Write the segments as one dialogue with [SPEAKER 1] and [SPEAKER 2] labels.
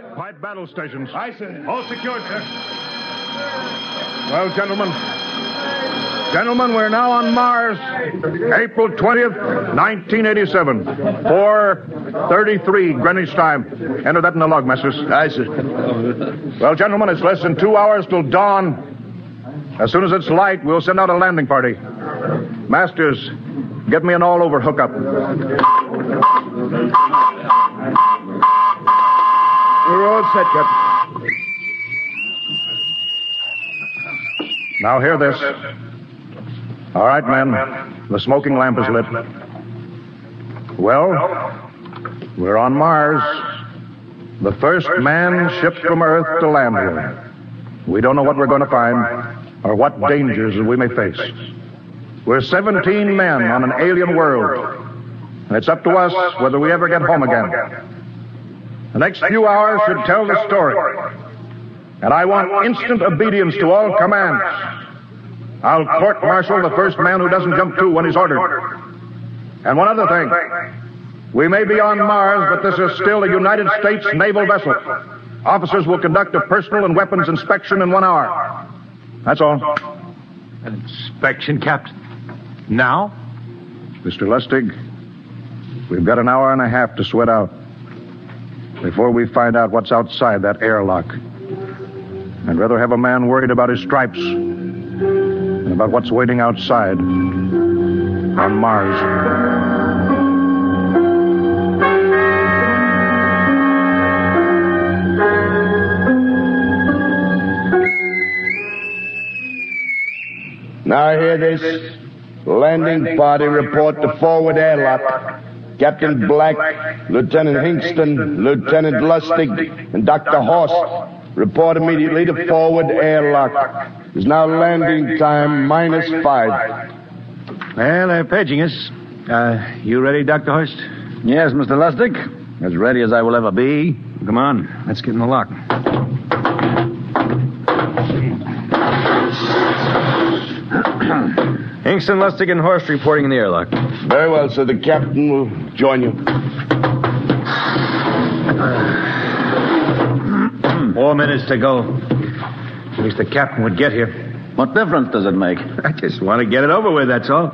[SPEAKER 1] Occupied battle stations.
[SPEAKER 2] Aye, sir.
[SPEAKER 1] All secured, sir. Well, gentlemen. Gentlemen, we're now on Mars. April 20th, 1987. 4.33 Greenwich time. Enter that in the log, masters.
[SPEAKER 2] Aye, sir.
[SPEAKER 1] Well, gentlemen, it's less than two hours till dawn. As soon as it's light, we'll send out a landing party. Masters, get me an all-over hookup.
[SPEAKER 2] We're all set, Captain.
[SPEAKER 1] Now hear this. All right, men. The smoking lamp is lit. Well, we're on Mars. The first man shipped from Earth to land here. We don't know what we're going to find or what dangers we may face. We're 17 men on an alien world, and it's up to us whether we ever get home again. The next few hours should tell the story. And I want instant obedience to all commands. I'll court martial the first man who doesn't jump to when he's ordered. And one other thing we may be on Mars, but this is still a United States naval vessel. Officers will conduct a personal and weapons inspection in one hour. That's all.
[SPEAKER 3] An inspection, Captain? Now?
[SPEAKER 1] Mr. Lustig, we've got an hour and a half to sweat out before we find out what's outside that airlock. I'd rather have a man worried about his stripes than about what's waiting outside on Mars.
[SPEAKER 2] Now hear this. Landing party report to forward airlock. Captain Black, Lieutenant Hingston, Lieutenant Lustig, and Dr. Horst report immediately to forward airlock. It's now landing time minus five.
[SPEAKER 3] Well, they're paging us. Uh, you ready, Dr. Horst?
[SPEAKER 4] Yes, Mr. Lustig. As ready as I will ever be.
[SPEAKER 3] Come on. Let's get in the lock. Hingston, Lustig, and Horst reporting in the airlock.
[SPEAKER 2] Very well, sir. The captain will join you.
[SPEAKER 3] Four minutes to go. At least the captain would get here.
[SPEAKER 4] What difference does it make?
[SPEAKER 3] I just want to get it over with, that's all.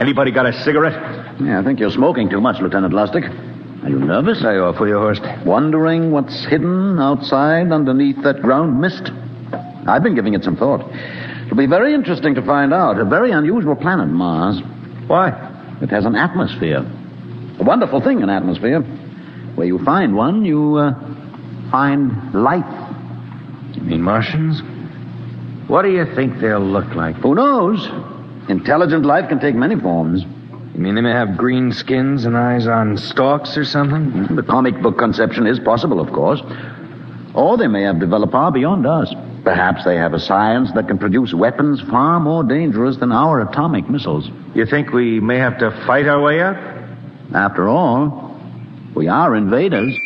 [SPEAKER 3] Anybody got a cigarette?
[SPEAKER 4] Yeah, I think you're smoking too much, Lieutenant Lustig. Are you nervous?
[SPEAKER 3] Lay off, will you, Horst?
[SPEAKER 4] Wondering what's hidden outside underneath that ground mist? I've been giving it some thought. It'll be very interesting to find out. A very unusual planet, Mars.
[SPEAKER 3] Why?
[SPEAKER 4] It has an atmosphere. A wonderful thing, an atmosphere. Where you find one, you uh, find life.
[SPEAKER 3] You mean Martians? What do you think they'll look like?
[SPEAKER 4] Who knows? Intelligent life can take many forms.
[SPEAKER 3] You mean they may have green skins and eyes on stalks or something?
[SPEAKER 4] The comic book conception is possible, of course. Or they may have developed far beyond us. Perhaps they have a science that can produce weapons far more dangerous than our atomic missiles.
[SPEAKER 3] You think we may have to fight our way up?
[SPEAKER 4] After all, we are invaders.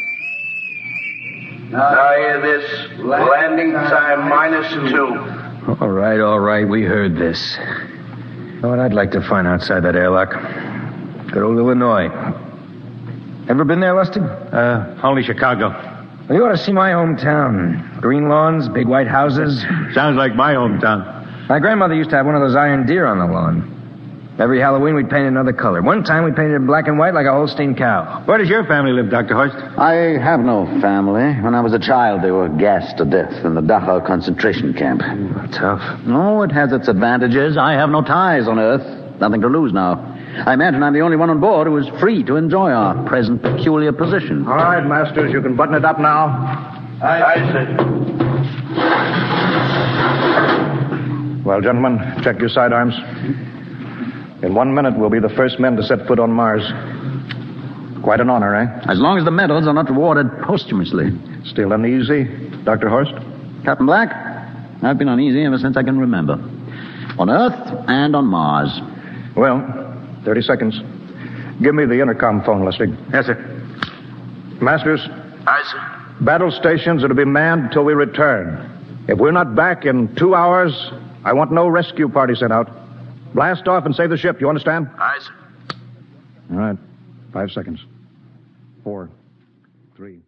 [SPEAKER 5] Now hear this. Landing time minus two.
[SPEAKER 3] All right, all right, we heard this. You know what I'd like to find outside that airlock? Good old Illinois. Ever been there, Lustig?
[SPEAKER 6] Uh, only Chicago.
[SPEAKER 3] Well, you ought to see my hometown. Green lawns, big white houses.
[SPEAKER 6] Sounds like my hometown.
[SPEAKER 3] My grandmother used to have one of those iron deer on the lawn. Every Halloween, we'd paint it another color. One time, we painted it black and white like a Holstein cow.
[SPEAKER 6] Where does your family live, Dr. Horst?
[SPEAKER 4] I have no family. When I was a child, they were gassed to death in the Dachau concentration camp.
[SPEAKER 3] Tough.
[SPEAKER 4] No, it has its advantages. I have no ties on Earth. Nothing to lose now. I imagine I'm the only one on board who is free to enjoy our present peculiar position.
[SPEAKER 1] All right, Masters, you can button it up now.
[SPEAKER 5] Aye, sir.
[SPEAKER 1] Well, gentlemen, check your sidearms. In one minute, we'll be the first men to set foot on Mars. Quite an honor, eh?
[SPEAKER 4] As long as the medals are not rewarded posthumously.
[SPEAKER 1] Still uneasy, Dr. Horst?
[SPEAKER 4] Captain Black, I've been uneasy ever since I can remember. On Earth and on Mars.
[SPEAKER 1] Well, 30 seconds. Give me the intercom phone, Lustig.
[SPEAKER 6] Yes, sir.
[SPEAKER 1] Masters,
[SPEAKER 5] Aye, sir.
[SPEAKER 1] Battle stations are to be manned till we return. If we're not back in two hours, I want no rescue party sent out. Blast off and save the ship. You understand?
[SPEAKER 5] Aye, sir.
[SPEAKER 1] All right. Five seconds. Four. Three.